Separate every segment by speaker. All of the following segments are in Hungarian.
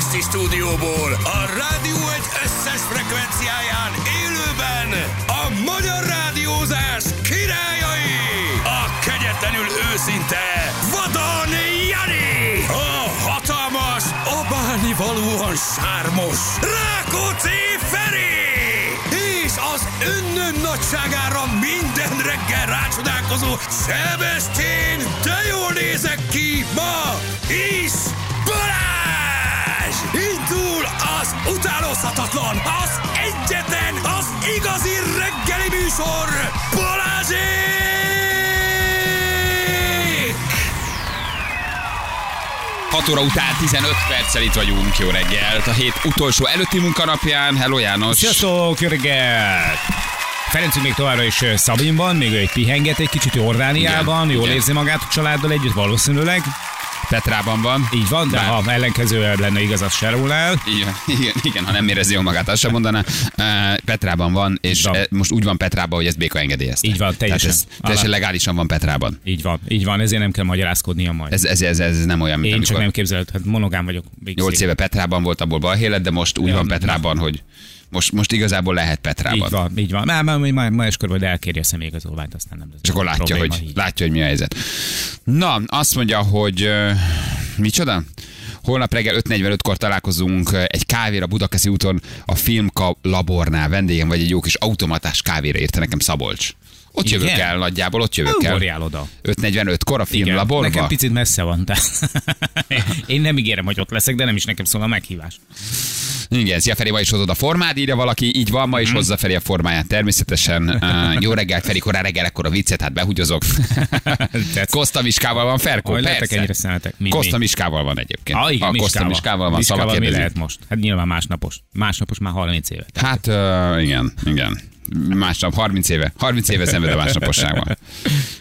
Speaker 1: stúdióból a Rádió egy összes frekvenciáján élőben a magyar rádiózás királyai, a kegyetlenül őszinte Vadon Jani, a hatalmas, abálni valóan sármos Rákóczi Feri, és az önnön nagyságára minden reggel rácsodálkozó Sebestyén, de jól nézek ki ma is Balázs! Indul az utánozhatatlan, az egyetlen, az igazi reggeli műsor, Balázsék!
Speaker 2: 6 óra után 15 perccel itt vagyunk, jó reggelt. A hét utolsó előtti munkanapján, hello János.
Speaker 3: Sziasztok, jó reggelt! Ferencünk még továbbra is ö, Szabin van, még ő egy pihenget egy kicsit ő Ordániában,
Speaker 2: Igen,
Speaker 3: jól
Speaker 2: igen.
Speaker 3: érzi magát a családdal együtt valószínűleg.
Speaker 2: Petrában van.
Speaker 3: Így van, de
Speaker 2: Bár-
Speaker 3: ha ellenkezőleg lenne igaz, az se róla el.
Speaker 2: Igen, igen, igen, ha nem érezi jól magát, azt sem mondaná. Uh, Petrában van, és
Speaker 3: Így van.
Speaker 2: eh, most úgy van Petrában, hogy ezt béka engedélyezte.
Speaker 3: Így van, teljesen.
Speaker 2: Tehát ez teljesen
Speaker 3: Alá.
Speaker 2: legálisan van Petrában.
Speaker 3: Így van, így van, ezért nem kell magyarázkodnia majd.
Speaker 2: Ez, ez, ez, ez nem olyan, mint
Speaker 3: Én
Speaker 2: amikor
Speaker 3: csak nem képzeled, hát monogám vagyok. végig.
Speaker 2: 8 éve Petrában volt, abból balhé lett, de most úgy
Speaker 3: Ja,
Speaker 2: van
Speaker 3: na.
Speaker 2: Petrában, hogy most, most igazából lehet
Speaker 3: Így
Speaker 2: Petrában.
Speaker 3: van, így van. Már, már, már, ma eskor majd elkérje a személyigazolványt, aztán nem lesz.
Speaker 2: És akkor látja,
Speaker 3: probléma,
Speaker 2: hogy,
Speaker 3: így.
Speaker 2: látja, hogy mi a helyzet. Na, azt mondja, hogy ö, micsoda? Holnap reggel 5.45-kor találkozunk ö, egy kávéra Budakeszi úton a Filmka labornál vendégem, vagy egy jó kis automatás kávéra írta nekem Szabolcs. Ott
Speaker 3: Igen?
Speaker 2: jövök el nagyjából, ott jövök el.
Speaker 3: Ugorjál oda.
Speaker 2: 5.45-kor a
Speaker 3: Igen,
Speaker 2: filmlaborba.
Speaker 3: Nekem picit messze van, tehát én nem ígérem, hogy ott leszek, de nem is nekem szól a meghívás.
Speaker 2: Igen, szia Feri, ma is hozod a formád, írja valaki, így van, ma
Speaker 3: Mhm.
Speaker 2: is hozza Feri a formáját természetesen. Uh, jó reggel, Feri, korán reggel, akkor a viccet, hát behugyozok.
Speaker 3: Tetsz.
Speaker 2: Koszta Miskával van, Ferko,
Speaker 3: Hogy lehetek
Speaker 2: persze.
Speaker 3: ennyire szemetek? Mi,
Speaker 2: Koszta
Speaker 3: mi?
Speaker 2: Miskával van egyébként.
Speaker 3: Ah, igen,
Speaker 2: a Koszta Miskával van, Miskával
Speaker 3: Miskával mi
Speaker 2: kérdezi.
Speaker 3: lehet most? Hát nyilván másnapos. Másnapos már 30 éve.
Speaker 2: Hát uh, igen, igen. Másnap, 30 éve. 30 éve szenved a másnaposságban.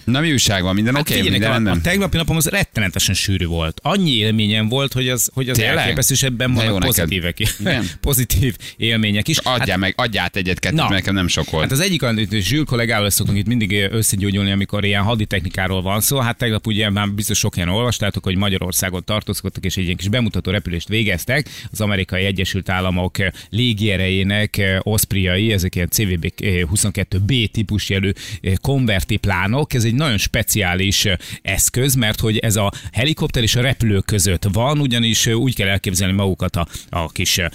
Speaker 2: Na mi újság van? Minden oké? Okay, minden
Speaker 3: Figyeljenek, Hát a, a
Speaker 2: rendben?
Speaker 3: tegnapi napom az rettenetesen sűrű volt. Annyi élményem volt, hogy az, hogy az
Speaker 2: Tényleg?
Speaker 3: elképesztő, és ebben
Speaker 2: De jó
Speaker 3: vannak
Speaker 2: neked.
Speaker 3: pozitívek,
Speaker 2: Igen.
Speaker 3: pozitív élmények is.
Speaker 2: Adjál
Speaker 3: Hát-
Speaker 2: meg, adjál egyet-kettőt,
Speaker 3: Na.
Speaker 2: mert nekem nem sok volt.
Speaker 3: Hát az egyik olyan, hogy Zsül kollégával szoktunk itt mindig összegyógyulni, amikor ilyen haditechnikáról van szó. Hát tegnap ugye már biztos sok ilyen olvastátok, hogy Magyarországon tartózkodtak, és egy ilyen kis bemutató repülést végeztek. Az amerikai Egyesült Államok légierejének eh, oszpriai, ezek ilyen CVB 22B eh, típus jelű eh, konvertiplánok. Ez egy nagyon speciális eh, eszköz, mert hogy ez a helikopter és a repülő között van, ugyanis eh, úgy kell elképzelni magukat a, a kis eh,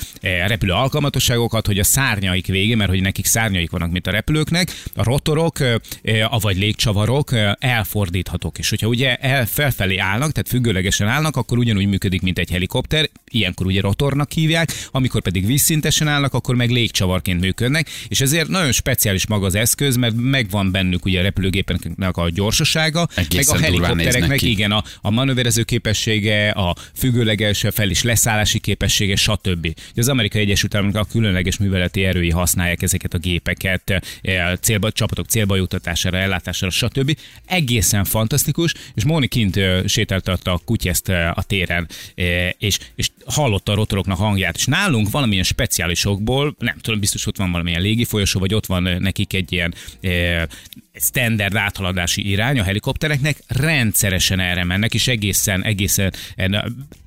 Speaker 3: repülő alkalmatosságokat, hogy a szárnyaik vége, mert hogy nekik szárnyaik vannak, mint a repülőknek, a rotorok, eh, eh, avagy légcsavarok eh, elfordíthatók. És hogyha ugye el, felfelé állnak, tehát függőlegesen állnak, akkor ugyanúgy működik, mint egy helikopter, ilyenkor ugye rotornak hívják, amikor pedig vízszintesen állnak, akkor meg légcsavarként működnek, és ezért nagyon speciális maga az eszköz, mert megvan bennük ugye a repülőgépeknek a gyorsasága,
Speaker 2: Egészen
Speaker 3: meg a
Speaker 2: durván néznek
Speaker 3: helikoptereknek,
Speaker 2: ki.
Speaker 3: igen, a, a manőverező képessége, a függőleges fel és leszállási képessége, stb. Ugye Az Amerikai Egyesült Államok a különleges műveleti erői használják ezeket a gépeket eh, célba, csapatok célba juttatására, ellátására, stb. Egészen fantasztikus, és Móni kint eh, sétáltatta a kutyeszt eh, a téren, eh, és, és hallotta a rotoroknak hangját, és nálunk valamilyen speciálisokból, nem tudom, biztos ott van valamilyen légi folyosó, vagy ott van eh, nekik egy ilyen eh, standard áthaladási irány a helikoptereknek, rendszeresen erre mennek, és egészen, egészen eh,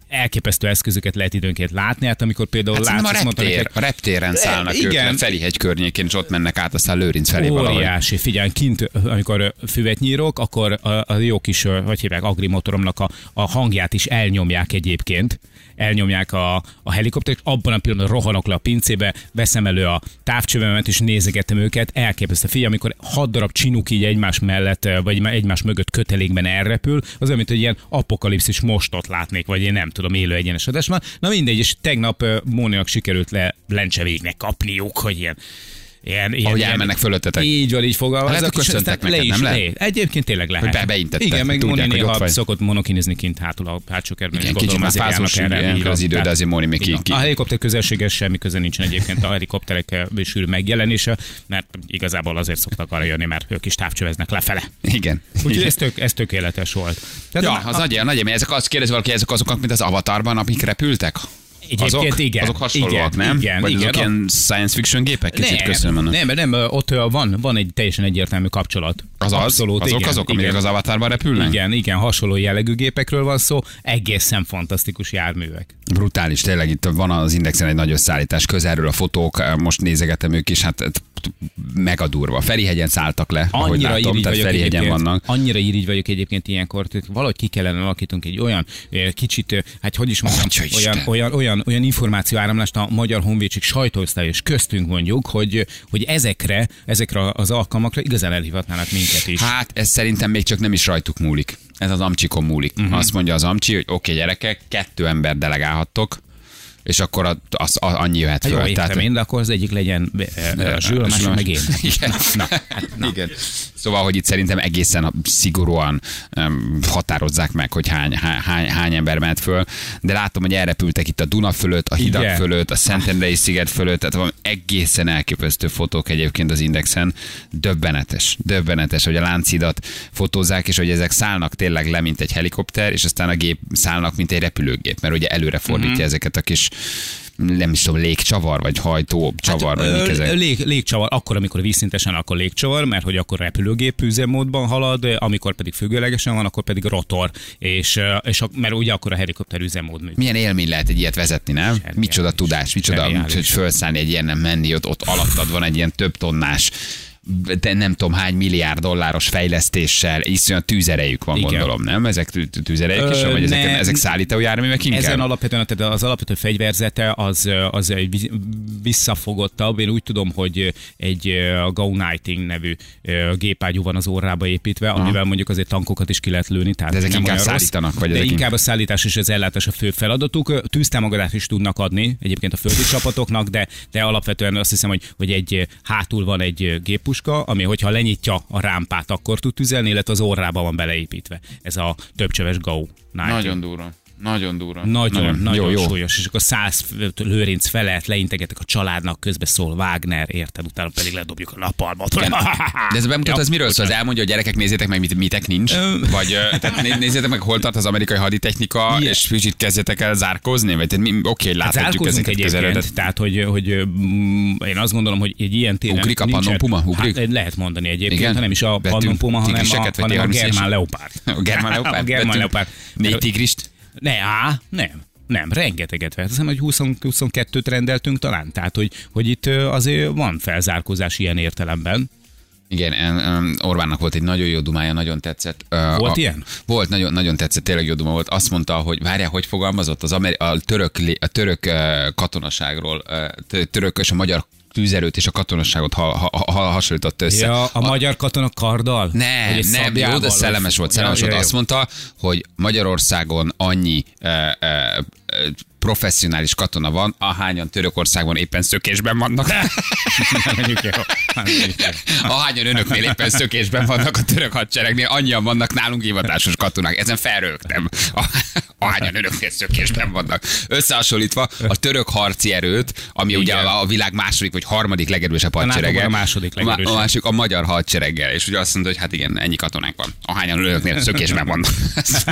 Speaker 3: elképesztő eszközöket lehet időnként látni, hát amikor például
Speaker 2: Hát
Speaker 3: látsz,
Speaker 2: szerintem a
Speaker 3: azt mondta
Speaker 2: reptér,
Speaker 3: neked,
Speaker 2: a reptéren szállnak ők,
Speaker 3: Eh, igen.
Speaker 2: le Felihegy környékén, és ott mennek át, aztán Lőrinc felé valahogy.
Speaker 3: Óriási, figyelj, kint, amikor ö, füvet nyírok, akkor a, a jó kis, ö, hogy hívják, agrimotoromnak a, a hangját is elnyomják egyébként. Elnyomják a, a helikoptert, abban a pillanatban rohanok le a pincébe, veszem elő a távcsövemet, és nézegetem őket. Elképesztő. Figyelj, amikor hat darab csinuk így egymás mellett, ö, vagy egymás mögött kötelékben elrepül, az olyan, mint egy ilyen apokalipszis mostot látnék, vagy én nem tudom, élő egyenes adásban. Na mindegy, és tegnap ö, Móninak sikerült le lencsevéknek kapniuk, hogy ilyen Ilyen, ilyen,
Speaker 2: Ahogy
Speaker 3: ilyen-
Speaker 2: elmennek fölöttetek.
Speaker 3: Így van, így fogalmaz.
Speaker 2: Hát lehet, hogy
Speaker 3: és
Speaker 2: köszöntek
Speaker 3: aztán
Speaker 2: neked,
Speaker 3: le is,
Speaker 2: nem
Speaker 3: le?
Speaker 2: lehet?
Speaker 3: Egyébként tényleg lehet.
Speaker 2: Hogy be- beintettek,
Speaker 3: Igen, meg
Speaker 2: tudják,
Speaker 3: Moni
Speaker 2: hogy ott
Speaker 3: néha
Speaker 2: vagy.
Speaker 3: szokott monokinizni kint hátul a hátsó kerben.
Speaker 2: Igen, kicsit már fázós ilyenkor az idő, de azért Móni még ki- ki-
Speaker 3: A helikopter közelséges semmi köze nincsen egyébként a helikopterek eh, sűrű megjelenése, mert igazából azért szoktak arra jönni, mert ők is távcsöveznek lefele.
Speaker 2: Igen.
Speaker 3: Úgyhogy
Speaker 2: Igen.
Speaker 3: ez, tök, ez tökéletes volt. Tehát
Speaker 2: Ja, az nagy, nagy élmény. Ezek azt kérdezi valaki, ezek azok, mint az avatarban, amik repültek? Azok,
Speaker 3: Egyébként igen.
Speaker 2: azok hasonlóak,
Speaker 3: igen,
Speaker 2: nem?
Speaker 3: Igen,
Speaker 2: Vagy
Speaker 3: igen.
Speaker 2: azok ilyen science fiction gépek? Kicsit
Speaker 3: nem,
Speaker 2: köszönöm ennek.
Speaker 3: Nem, nem, ott ö, van, van egy teljesen egyértelmű kapcsolat.
Speaker 2: Az az?
Speaker 3: Abszolút,
Speaker 2: azok
Speaker 3: igen,
Speaker 2: azok,
Speaker 3: igen.
Speaker 2: amik az avatárban repülnek?
Speaker 3: Igen, igen, hasonló jellegű gépekről van szó, egészen fantasztikus járművek.
Speaker 2: Brutális, tényleg itt van az Indexen egy nagy összeállítás, közelről a fotók, eh, most nézegetem ők is, hát t- t- megadurva. Ferihegyen szálltak le, ahogy
Speaker 3: Annyira
Speaker 2: látom,
Speaker 3: irigy
Speaker 2: tehát
Speaker 3: vagyok
Speaker 2: Ferihegyen
Speaker 3: egyébként,
Speaker 2: vannak.
Speaker 3: annyira irigy vagyok egyébként ilyenkor, tehát valahogy ki kellene alakítunk egy olyan eh, kicsit, eh, hát hogy is mondjam,
Speaker 2: Atya Isten.
Speaker 3: olyan, olyan, olyan, olyan információ áramlást a Magyar Honvédség sajtóosztály és köztünk mondjuk, hogy, hogy ezekre, ezekre az alkalmakra igazán elhivatnának minket is.
Speaker 2: Hát ez szerintem még csak nem is rajtuk múlik. Ez az amcsikon múlik.
Speaker 3: Mhm.
Speaker 2: Uh-huh. Azt mondja az amcsi, hogy oké okay, gyerekek, kettő ember delegálhattok, és akkor az, az, az annyi jöhet
Speaker 3: Hát
Speaker 2: föl.
Speaker 3: jó, értem én, de akkor az egyik legyen eh, eh, a zsűl, a másik meg én. hát,
Speaker 2: Igen. Na, na. Igen. Szóval, hogy itt szerintem egészen szigorúan um, határozzák meg, hogy hány, há- hány, hány ember mehet föl, de látom, hogy elrepültek itt a Duna fölött, a hidak
Speaker 3: Igen.
Speaker 2: fölött, a Szentendrei sziget fölött, tehát van egészen elképesztő fotók egyébként az Indexen, döbbenetes, döbbenetes, hogy a láncidat fotózzák, és hogy ezek szállnak tényleg le, mint egy helikopter, és aztán a gép szállnak, mint egy repülőgép, mert ugye előre fordítja
Speaker 3: Mhm.
Speaker 2: mm-hmm. ezeket a kis nem is tudom, légcsavar, vagy hajtó csavar, hát, vagy mik
Speaker 3: Ö,
Speaker 2: ezek.
Speaker 3: Lég, légcsavar, akkor, amikor vízszintesen, akkor légcsavar, mert hogy akkor repülőgép üzemmódban halad, amikor pedig függőlegesen van, akkor pedig rotor, és, ö, és a, mert ugye akkor a helikopter üzemmód működik.
Speaker 2: Milyen élmény lehet egy ilyet vezetni, nem?
Speaker 3: Zseniális.
Speaker 2: Micsoda tudás, micsoda,
Speaker 3: Zseniális.
Speaker 2: hogy felszállni egy ilyen, nem menni, ott, ott alattad van egy ilyen több tonnás, de nem tudom hány milliárd dolláros fejlesztéssel, iszonyat tűzerejük van,
Speaker 3: Igen.
Speaker 2: gondolom, nem? Ezek tű- tű- tűzerejük is,
Speaker 3: Ö,
Speaker 2: vagy ezek,
Speaker 3: nem.
Speaker 2: ezek szállító járművek inkább?
Speaker 3: Ezen alapvetően tehát az alapvető fegyverzete az, ö, az egy vi- visszafogottabb. Én úgy tudom, hogy ö, egy ö, Go Nighting nevű ö, gépágyú van az orrába építve, amivel mondjuk azért tankokat is ki lehet lőni. Tehát
Speaker 2: De ezek
Speaker 3: nem
Speaker 2: inkább
Speaker 3: olyan rossz.
Speaker 2: szállítanak, vagy
Speaker 3: De
Speaker 2: ezek
Speaker 3: inkább a szállítás és az ellátás a fő feladatuk. Ö, Tűztámogatást is tudnak adni egyébként a földi csapatoknak, de, de alapvetően azt hiszem, hogy, hogy egy ö, hátul van egy ö, géppuska, ami hogyha lenyitja a rámpát, akkor tud tüzelni, illetve az orrába van beleépítve. Ez a többcsöves Go Nighting.
Speaker 2: durva. Nagyon durva.
Speaker 3: Nagyon, nagyon, nagyon
Speaker 2: jó, jó.
Speaker 3: súlyos. És akkor száz lőrinc felett leintegetek a családnak, közbe szól Wagner, érted? Utána pedig ledobjuk a napalmat.
Speaker 2: De ez a bemutató,
Speaker 3: Ja,
Speaker 2: az miről szól? Az elmondja, hogy gyerekek, nézzétek meg, mit, mitek nincs? Vagy ö, tehát né- nézzétek meg, hol tart az amerikai haditechnika,
Speaker 3: Igen. Hát
Speaker 2: és kicsit kezdjetek el zárkózni? Vagy tehát mi, oké, hogy láthatjuk
Speaker 3: Zárkózunk
Speaker 2: ezeket az
Speaker 3: egyébként,
Speaker 2: erődet.
Speaker 3: közeledet. tehát hogy, hogy mm, én azt gondolom, hogy egy ilyen téren
Speaker 2: Ugrik a
Speaker 3: nincsen-
Speaker 2: Pannon Puma? Ugrik?
Speaker 3: Hát, lehet mondani egyébként,
Speaker 2: Igen?
Speaker 3: Igen? hanem is a
Speaker 2: Betű-
Speaker 3: Pannon Puma, hanem
Speaker 2: tigriseket,
Speaker 3: a,
Speaker 2: vagy
Speaker 3: hanem a
Speaker 2: tigriseket?
Speaker 3: Germán Leopárd.
Speaker 2: A germán leopárd?
Speaker 3: a Germán
Speaker 2: Betű-
Speaker 3: Leopárd.
Speaker 2: Négy tigrist?
Speaker 3: Ne, á, nem. Nem, rengeteget vett. Azt hiszem, hogy 20 22-t rendeltünk talán. Tehát, hogy, hogy itt ö, azért van felzárkózás ilyen értelemben.
Speaker 2: Igen, em, em, Orbánnak volt egy nagyon jó dumája, nagyon tetszett. Ö,
Speaker 3: Volt ilyen?
Speaker 2: Volt, nagyon, nagyon tetszett, tényleg jó duma volt. Azt mondta, hogy várjál, hogy fogalmazott az Ameri- a török, lé- a török ö, katonaságról, ö, tö- török és a magyar tűzerőt és a katonaságot ha, ha, ha, hasonlított össze.
Speaker 3: Ja, a, magyar katona karddal?
Speaker 2: Nem,
Speaker 3: Vagy egy
Speaker 2: nem, jó,
Speaker 3: szabjával?
Speaker 2: de szellemes volt. Szellemes
Speaker 3: Ja,
Speaker 2: volt.
Speaker 3: ja,
Speaker 2: Azt
Speaker 3: jó.
Speaker 2: mondta, hogy Magyarországon annyi ö, ö, ö, professzionális katona van, ahányan Törökországban éppen szökésben vannak.
Speaker 3: Mondjuk jó. Mondjuk jó.
Speaker 2: Ahányan önöknél éppen szökésben vannak a török hadseregnél, annyian vannak nálunk hivatásos katonák. Ezen felrögtem. Ah- Ahányan önöknél szökésben vannak. Összehasonlítva a török harci erőt, ami Igen. ugye
Speaker 3: Igen.
Speaker 2: a a világ második vagy harmadik legerősebb
Speaker 3: NATO-ban
Speaker 2: hadserege.
Speaker 3: a második legerősebb.
Speaker 2: A másik a magyar hadsereggel. És ugye azt mondta, hogy hát igen, ennyi katonánk van. Ahányan önöknél szökésben vannak.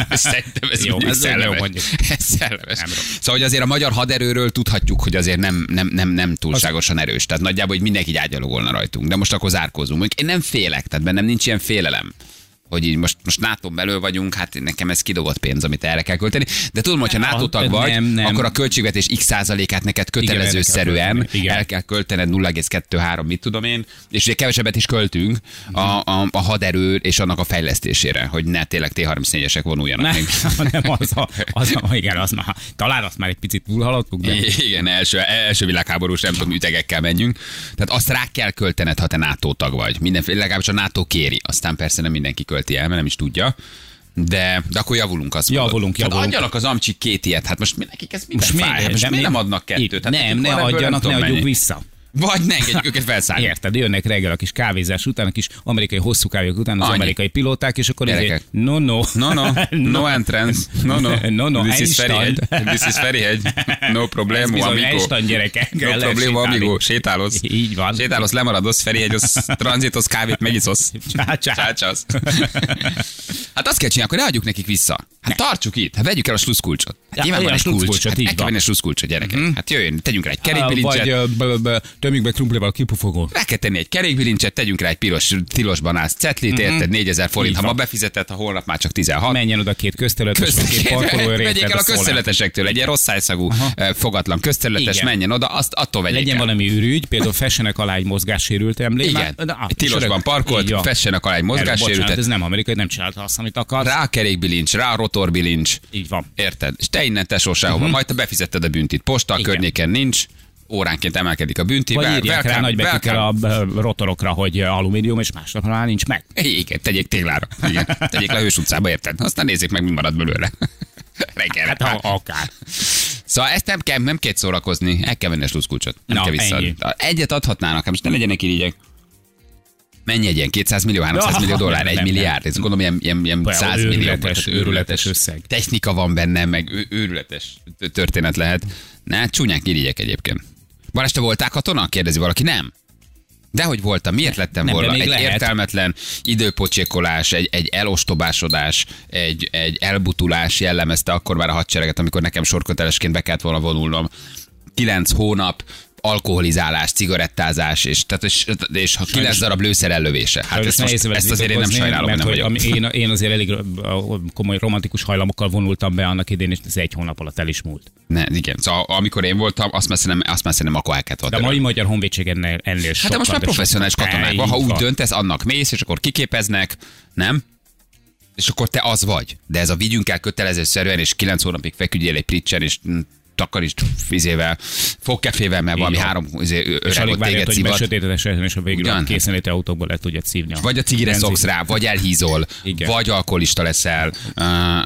Speaker 2: Szerintem ez
Speaker 3: Jó,
Speaker 2: mondjuk
Speaker 3: ez
Speaker 2: szellemes.
Speaker 3: jó mondjuk.
Speaker 2: Ez szellemes.
Speaker 3: Nem rossz.
Speaker 2: Szóval, hogy azért a magyar haderőről tudhatjuk, hogy azért nem, nem, nem, nem túlságosan erős. Tehát nagyjából, hogy mindenki így ágyalogolna rajtunk. De most akkor zárkózunk. Mondjuk én nem félek, tehát bennem nincs ilyen félelem hogy így most, most NATO belül vagyunk, hát nekem ez kidobott pénz, amit erre kell költeni. De tudom, hogyha NATO tag
Speaker 3: nem,
Speaker 2: vagy, nem, nem.
Speaker 3: nem.
Speaker 2: akkor a költségvetés x százalékát neked kötelező szerűen
Speaker 3: költeni. Igen.
Speaker 2: el kell költened 0,23, mit tudom én, és ugye kevesebbet is költünk a, a, a haderő és annak a fejlesztésére, hogy ne tényleg T-34-esek vonuljanak
Speaker 3: Nem,
Speaker 2: még.
Speaker 3: nem az, a, az a, igen, az már, talán azt már egy picit túlhaladtuk, de
Speaker 2: Igen, első, első világháborús, nem tudom, ütegekkel menjünk. Tehát azt rá kell költened, ha te NATO tag vagy. Mindenféle, legalábbis a NATO kéri. Aztán persze nem mindenki költi el, mert nem is tudja. De, de akkor javulunk azt mondod.
Speaker 3: Javulunk,
Speaker 2: Tehát
Speaker 3: javulunk.
Speaker 2: adjanak az amcsik két ilyet, hát most mi- nekik ez minden most
Speaker 3: miért?
Speaker 2: fáj? Hát most
Speaker 3: De
Speaker 2: miért
Speaker 3: mi-
Speaker 2: nem adnak kettőt?
Speaker 3: Itt,
Speaker 2: Hát
Speaker 3: nem,
Speaker 2: nekik
Speaker 3: ne
Speaker 2: van ebből,
Speaker 3: adjanak,
Speaker 2: nem
Speaker 3: ne
Speaker 2: tudom
Speaker 3: adjuk
Speaker 2: mennyi.
Speaker 3: vissza.
Speaker 2: Vagy ne engedjük őket felszállni.
Speaker 3: Érted, jönnek reggel a kis kávézás után, a kis amerikai hosszú kávék után az
Speaker 2: Annyi.
Speaker 3: amerikai pilóták, és akkor
Speaker 2: Gyerekek.
Speaker 3: ezért, no, no.
Speaker 2: No, no, no entrance, no, no,
Speaker 3: No, no,
Speaker 2: this is
Speaker 3: Einstein.
Speaker 2: Ferihegy, this is Ferihegy, no
Speaker 3: Ez
Speaker 2: problemo,
Speaker 3: bizony,
Speaker 2: amigo.
Speaker 3: Einstein gyerekek.
Speaker 2: No
Speaker 3: el lehet
Speaker 2: probléma,
Speaker 3: sétálni.
Speaker 2: amigo, sétálsz.
Speaker 3: Így van.
Speaker 2: Sétálsz, lemaradsz, Ferihegy, tranzitos kávét megiszosz.
Speaker 3: Csá, csá.
Speaker 2: Csácsasz. Hát azt kell csinálni, akkor ne adjuk nekik vissza. Hát tartsuk itt, hát vegyük el a sluszkulcsot. Hát
Speaker 3: Ja,
Speaker 2: nyilván van
Speaker 3: igen,
Speaker 2: egy
Speaker 3: a
Speaker 2: kulcs.
Speaker 3: sluszkulcsot,
Speaker 2: Hát
Speaker 3: így
Speaker 2: el kell
Speaker 3: van. Mhm.
Speaker 2: venni a sluszkulcsot, gyerekek. Hát jöjjön, tegyünk rá egy kerékbilincset.
Speaker 3: Vagy ö, b- b- tömjük be krumplival a kipufogón.
Speaker 2: Rá kell tenni egy kerékbilincset, tegyünk rá egy piros, tilos banás cetlit, érted? 4000 forint,
Speaker 3: Mhm. Így
Speaker 2: ha ma
Speaker 3: van.
Speaker 2: befizetett, ha holnap már csak 16.
Speaker 3: Menjen oda két közterületes, vagy két parkoló
Speaker 2: Vegyék el a közterületesektől, egy ilyen rossz szájszagú, eh, fogatlan közterületes,
Speaker 3: Igen.
Speaker 2: menjen oda, azt attól vegyék
Speaker 3: Legyen
Speaker 2: el.
Speaker 3: valami ürügy, például fessenek alá egy mozgássérült emlék.
Speaker 2: Igen. Egy tilosban parkolt, fessenek alá egy mozgássérültet.
Speaker 3: Ez nem amerikai, nem csinálta azt, amit akar.
Speaker 2: Rá a kerékbilincs, rá a rotorbilincs.
Speaker 3: Így van.
Speaker 2: Érted? És te innen tesó sehova. Majd te befizetted a büntit. Posta a
Speaker 3: Mhm. Igen.
Speaker 2: környéken nincs, óránként emelkedik a bünti.
Speaker 3: Vagy
Speaker 2: Wel-
Speaker 3: írják rá
Speaker 2: welcome,
Speaker 3: nagybetűkkel
Speaker 2: welcome.
Speaker 3: a ö, rotorokra, hogy ö, alumínium, és másnap már nincs meg.
Speaker 2: Igen, tegyék téglára. Igen. Tegyék le a hős utcába, érted? Aztán nézzék meg, mi marad belőle. Reggelre.
Speaker 3: Hát ha- akár.
Speaker 2: Szóval ezt nem kell, nem kell szórakozni, el kell venni a sluszkulcsot. Nem
Speaker 3: Na,
Speaker 2: kell visszaadni.
Speaker 3: ennyi.
Speaker 2: Egyet adhatnának, hát most ne legyenek irigyek. Menj egy ilyen 200 millió, 300
Speaker 3: Ja,
Speaker 2: millió dollár,
Speaker 3: nem,
Speaker 2: egy
Speaker 3: nem,
Speaker 2: milliárd. Ez gondolom ilyen, ilyen, ilyen
Speaker 3: Olyan
Speaker 2: 100 millió.
Speaker 3: őrületes,
Speaker 2: tehát
Speaker 3: őrületes összeg.
Speaker 2: Technika van benne, meg ő, őrületes t- történet lehet. Na, csúnyák irigyek egyébként. Balázs, te voltál katona? Kérdezi valaki. Nem. Dehogy voltam, miért lettem
Speaker 3: nem, de
Speaker 2: volna?
Speaker 3: még
Speaker 2: Egy
Speaker 3: lehet.
Speaker 2: értelmetlen időpocsékolás, egy, egy elostobásodás, egy, egy elbutulás jellemezte akkor már a hadsereget, amikor nekem sorkötelesként be kellett volna vonulnom. Kilenc hónap alkoholizálás, cigarettázás, és, tehát, és, és ha kilenc darab lőszer ellövése. Hát
Speaker 3: Sajnos
Speaker 2: ezt, most,
Speaker 3: vele
Speaker 2: ezt azért én nem
Speaker 3: birkózni,
Speaker 2: sajnálom, hogy
Speaker 3: mert
Speaker 2: nem vagyok.
Speaker 3: ami- én, én azért elég ö, ö, komoly romantikus hajlamokkal vonultam be annak idén, és ez egy hónap alatt el is múlt.
Speaker 2: Ne, igen, szóval amikor én voltam, azt messze nem, azt messze nem akkor el kellett
Speaker 3: De a
Speaker 2: volna
Speaker 3: mai magyar honvédség ennél, ennél
Speaker 2: Hát de most már professzionális katonák van, ha úgy döntesz, annak mész, és akkor kiképeznek, nem? És akkor te az vagy. De ez a vigyünk el kötelezőszerűen, és kilenc hónapig feküdjél egy pricsen, és mm, takarítsd fizével, fogkefével, mert valami
Speaker 3: van.
Speaker 2: három izé, ö-
Speaker 3: És
Speaker 2: öreg
Speaker 3: alig
Speaker 2: ott
Speaker 3: várjad,
Speaker 2: téged
Speaker 3: hogy be
Speaker 2: szivat.
Speaker 3: sötétedes ezen, és a végül
Speaker 2: Ugyan.
Speaker 3: a készenléti autókból le tudjad szívni.
Speaker 2: Vagy a cigire
Speaker 3: benzint.
Speaker 2: szoksz rá, vagy elhízol,
Speaker 3: Igen.
Speaker 2: vagy alkoholista leszel.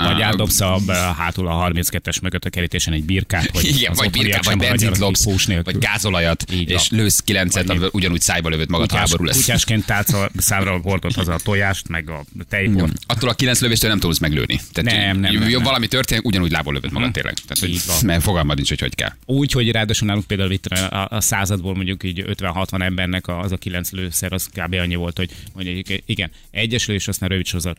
Speaker 3: Vagy eldobsz a, a, hátul a 32-es mögött a kerítésen egy birkát, hogy
Speaker 2: Igen,
Speaker 3: az
Speaker 2: vagy
Speaker 3: otthoniak
Speaker 2: birkát,
Speaker 3: sem
Speaker 2: vagy benzint
Speaker 3: maradjanak
Speaker 2: lopsz,
Speaker 3: kifós nélkül.
Speaker 2: vagy gázolajat,
Speaker 3: Így
Speaker 2: és
Speaker 3: van.
Speaker 2: lősz kilencet,
Speaker 3: Vagy-
Speaker 2: amivel ugyanúgy szájba lövöd magad,
Speaker 3: Kutyás-
Speaker 2: háború lesz.
Speaker 3: Kutyásként tálca számra hordod haza a tojást, meg a tejport.
Speaker 2: attól a kilenc lövéstől nem tudsz meglőni. Tehát
Speaker 3: Mm. Nem, nem,
Speaker 2: jó,
Speaker 3: nem,
Speaker 2: jó,
Speaker 3: nem.
Speaker 2: Valami történik, ugyanúgy lából lövöd magad tényleg. Tehát, hogy,
Speaker 3: Így van.
Speaker 2: mert fogalmad nincs, hogy hogy kell.
Speaker 3: Úgy, hogy ráadásul nálunk például itt a, a századból mondjuk így 50-60 embernek a- az a kilenc lőszer, az kb. annyi volt, hogy mondjuk igen, egyes lövés, aztán rövid sorozat.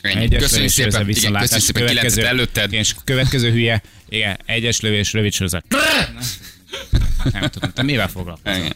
Speaker 2: Ennyi.
Speaker 3: Egyes
Speaker 2: Köszönjük
Speaker 3: lövés,
Speaker 2: szépen,
Speaker 3: sorozat,
Speaker 2: igen,
Speaker 3: visszalátás,
Speaker 2: köszönjük szépen, kilencet előtted.
Speaker 3: Igen, és következő hülye, igen, egyes lövés, rövid sorozat. Nem tudom, te mivel foglalkozol?
Speaker 2: Igen.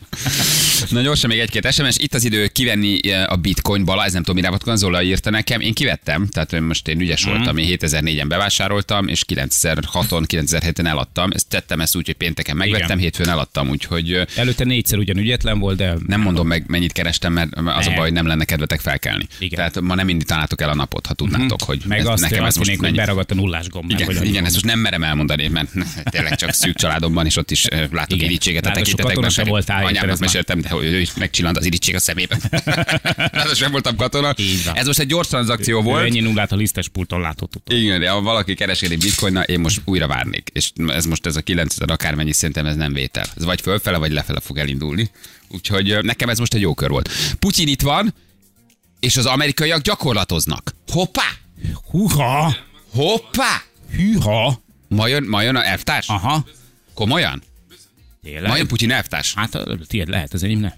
Speaker 2: Na gyorsan még egy-két SMS. Itt az idő kivenni eh, a bitcoin bala, ez nem tudom, mire vonatkozóan Zola írta nekem. Én kivettem, tehát én most én
Speaker 3: Mm.
Speaker 2: ügyes voltam, én 7004-en bevásároltam, és 9006-on, 9007-en eladtam. Ezt tettem ezt úgy, hogy pénteken megvettem,
Speaker 3: Igen.
Speaker 2: hétfőn eladtam, úgyhogy eh,
Speaker 3: Előtte négyszer ugyan ügyetlen volt, de
Speaker 2: Nem mondom meg, mennyit kerestem, mert az a
Speaker 3: Ne.
Speaker 2: baj, hogy nem lenne kedvetek felkelni.
Speaker 3: Igen. Mhm.
Speaker 2: Tehát ma nem indítanátok el a napot, ha tudnátok, hogy
Speaker 3: meg
Speaker 2: ez,
Speaker 3: azt,
Speaker 2: nekem ez
Speaker 3: azt
Speaker 2: most
Speaker 3: hinnék, hogy
Speaker 2: mennyit.
Speaker 3: beragadt a nullás gomb. meg, hogy
Speaker 2: Igen,
Speaker 3: annyi
Speaker 2: igen, ezt
Speaker 3: volt.
Speaker 2: most nem merem elmondani, mert tényleg csak szűk családomban, és ott is eh, látok
Speaker 3: Igen.
Speaker 2: irítséget a
Speaker 3: Ráadásul
Speaker 2: tekintetekben.
Speaker 3: katona se voltál, érted,
Speaker 2: Anyámnak
Speaker 3: ez már.
Speaker 2: meséltem, de hogy ő is megcsillant az irítség a szemében. Ráadásul nem voltam katona.
Speaker 3: Így van.
Speaker 2: Ez most egy gyors tranzakció
Speaker 3: Ő
Speaker 2: volt.
Speaker 3: Ennyi nullát a lisztes pulton látható.
Speaker 2: Igen, de ha valaki kereskedik bitcoinnal, én most újra várnék. És ez most ez a 9000 akármennyi, szerintem ez nem vétel. Ez vagy fölfele, vagy lefele fog elindulni. Úgyhogy ö, nekem ez most egy jó kör volt. Putyin itt van, és az amerikaiak gyakorlatoznak. Hoppá!
Speaker 3: Húha!
Speaker 2: Hoppá!
Speaker 3: Hűha!
Speaker 2: Ma jön, ma jön a elvtárs?
Speaker 3: Aha.
Speaker 2: Komolyan? Ma
Speaker 3: Tényleg?
Speaker 2: jön Putyin elvtárs?
Speaker 3: Hát ö, tiéd lehet, az enyém nem.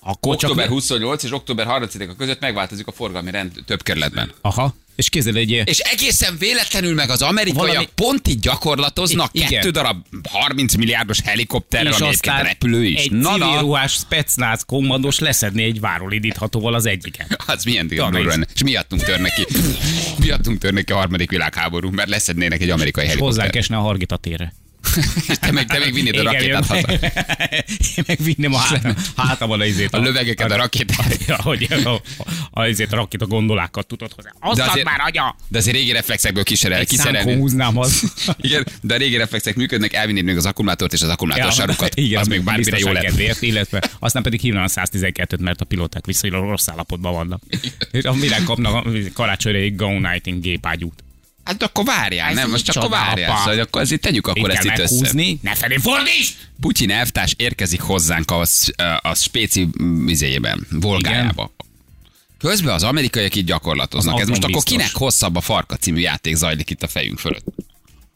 Speaker 3: Akkor
Speaker 2: Október 28 és október 30 között megváltozik a forgalmi rend több kerületben.
Speaker 3: Aha. És képzeld egy ilyen...
Speaker 2: És egészen véletlenül meg az amerikaiak
Speaker 3: Valami-
Speaker 2: pont így gyakorlatoznak,
Speaker 3: I- igen.
Speaker 2: kettő darab 30 milliárdos helikopterrel,
Speaker 3: És
Speaker 2: ami egyébként
Speaker 3: aztán
Speaker 2: repülő is.
Speaker 3: egy
Speaker 2: Na, na,
Speaker 3: civilruhás specnáz kommandós leszedni egy váról indíthatóval az egyiket.
Speaker 2: az milyen
Speaker 3: Tanulj.
Speaker 2: durva És miattunk tör neki, miattunk tör neki a harmadik világháború, mert leszednének egy amerikai
Speaker 3: És hozzánk
Speaker 2: helikoptert.
Speaker 3: esne a hargita térre.
Speaker 2: És te meg, te még vinnéd a
Speaker 3: Igen,
Speaker 2: rakétát
Speaker 3: én-
Speaker 2: haza.
Speaker 3: Én meg vinném a hátam, hátamon a izét.
Speaker 2: A lövegeket, a rakétát.
Speaker 3: Ja, hogy a, a, a, izét, a rakita gondolákat tudod hozzá. Aztán
Speaker 2: azért-
Speaker 3: már, anya!
Speaker 2: De azért régi reflexekből kiserel,
Speaker 3: Egy szánkó
Speaker 2: kiszerelni.
Speaker 3: húznám az.
Speaker 2: Igen, de a régi reflexek működnek, elvinnéd még az akkumulátort és az akkumulátor sarukat.
Speaker 3: Igen,
Speaker 2: Hát az még bármire jó
Speaker 3: biztonság
Speaker 2: lett.
Speaker 3: Kedvéért, illetve aztán pedig hívnám a 112-t, mert a pilóták viszonylag rossz állapotban vannak. És a mire kapnak a karácsonyra egy Go Nighting gépágyút.
Speaker 2: Hát akkor várjál,
Speaker 3: Ez
Speaker 2: nem? Most csak
Speaker 3: micsoda,
Speaker 2: akkor várjál.
Speaker 3: apa.
Speaker 2: Szóval akkor azért tegyük
Speaker 3: Itt
Speaker 2: akkor
Speaker 3: kell
Speaker 2: ezt itt össze.
Speaker 3: meghúzni, ne felé fordíts!
Speaker 2: Putyin elvtárs érkezik hozzánk a, sz- a spéci mm, izéjében, volgájába. Közben az amerikaiak itt gyakorlatoznak.
Speaker 3: Az
Speaker 2: Ez most
Speaker 3: abban
Speaker 2: akkor
Speaker 3: biztos.
Speaker 2: kinek hosszabb a farka című játék zajlik itt a fejünk fölött.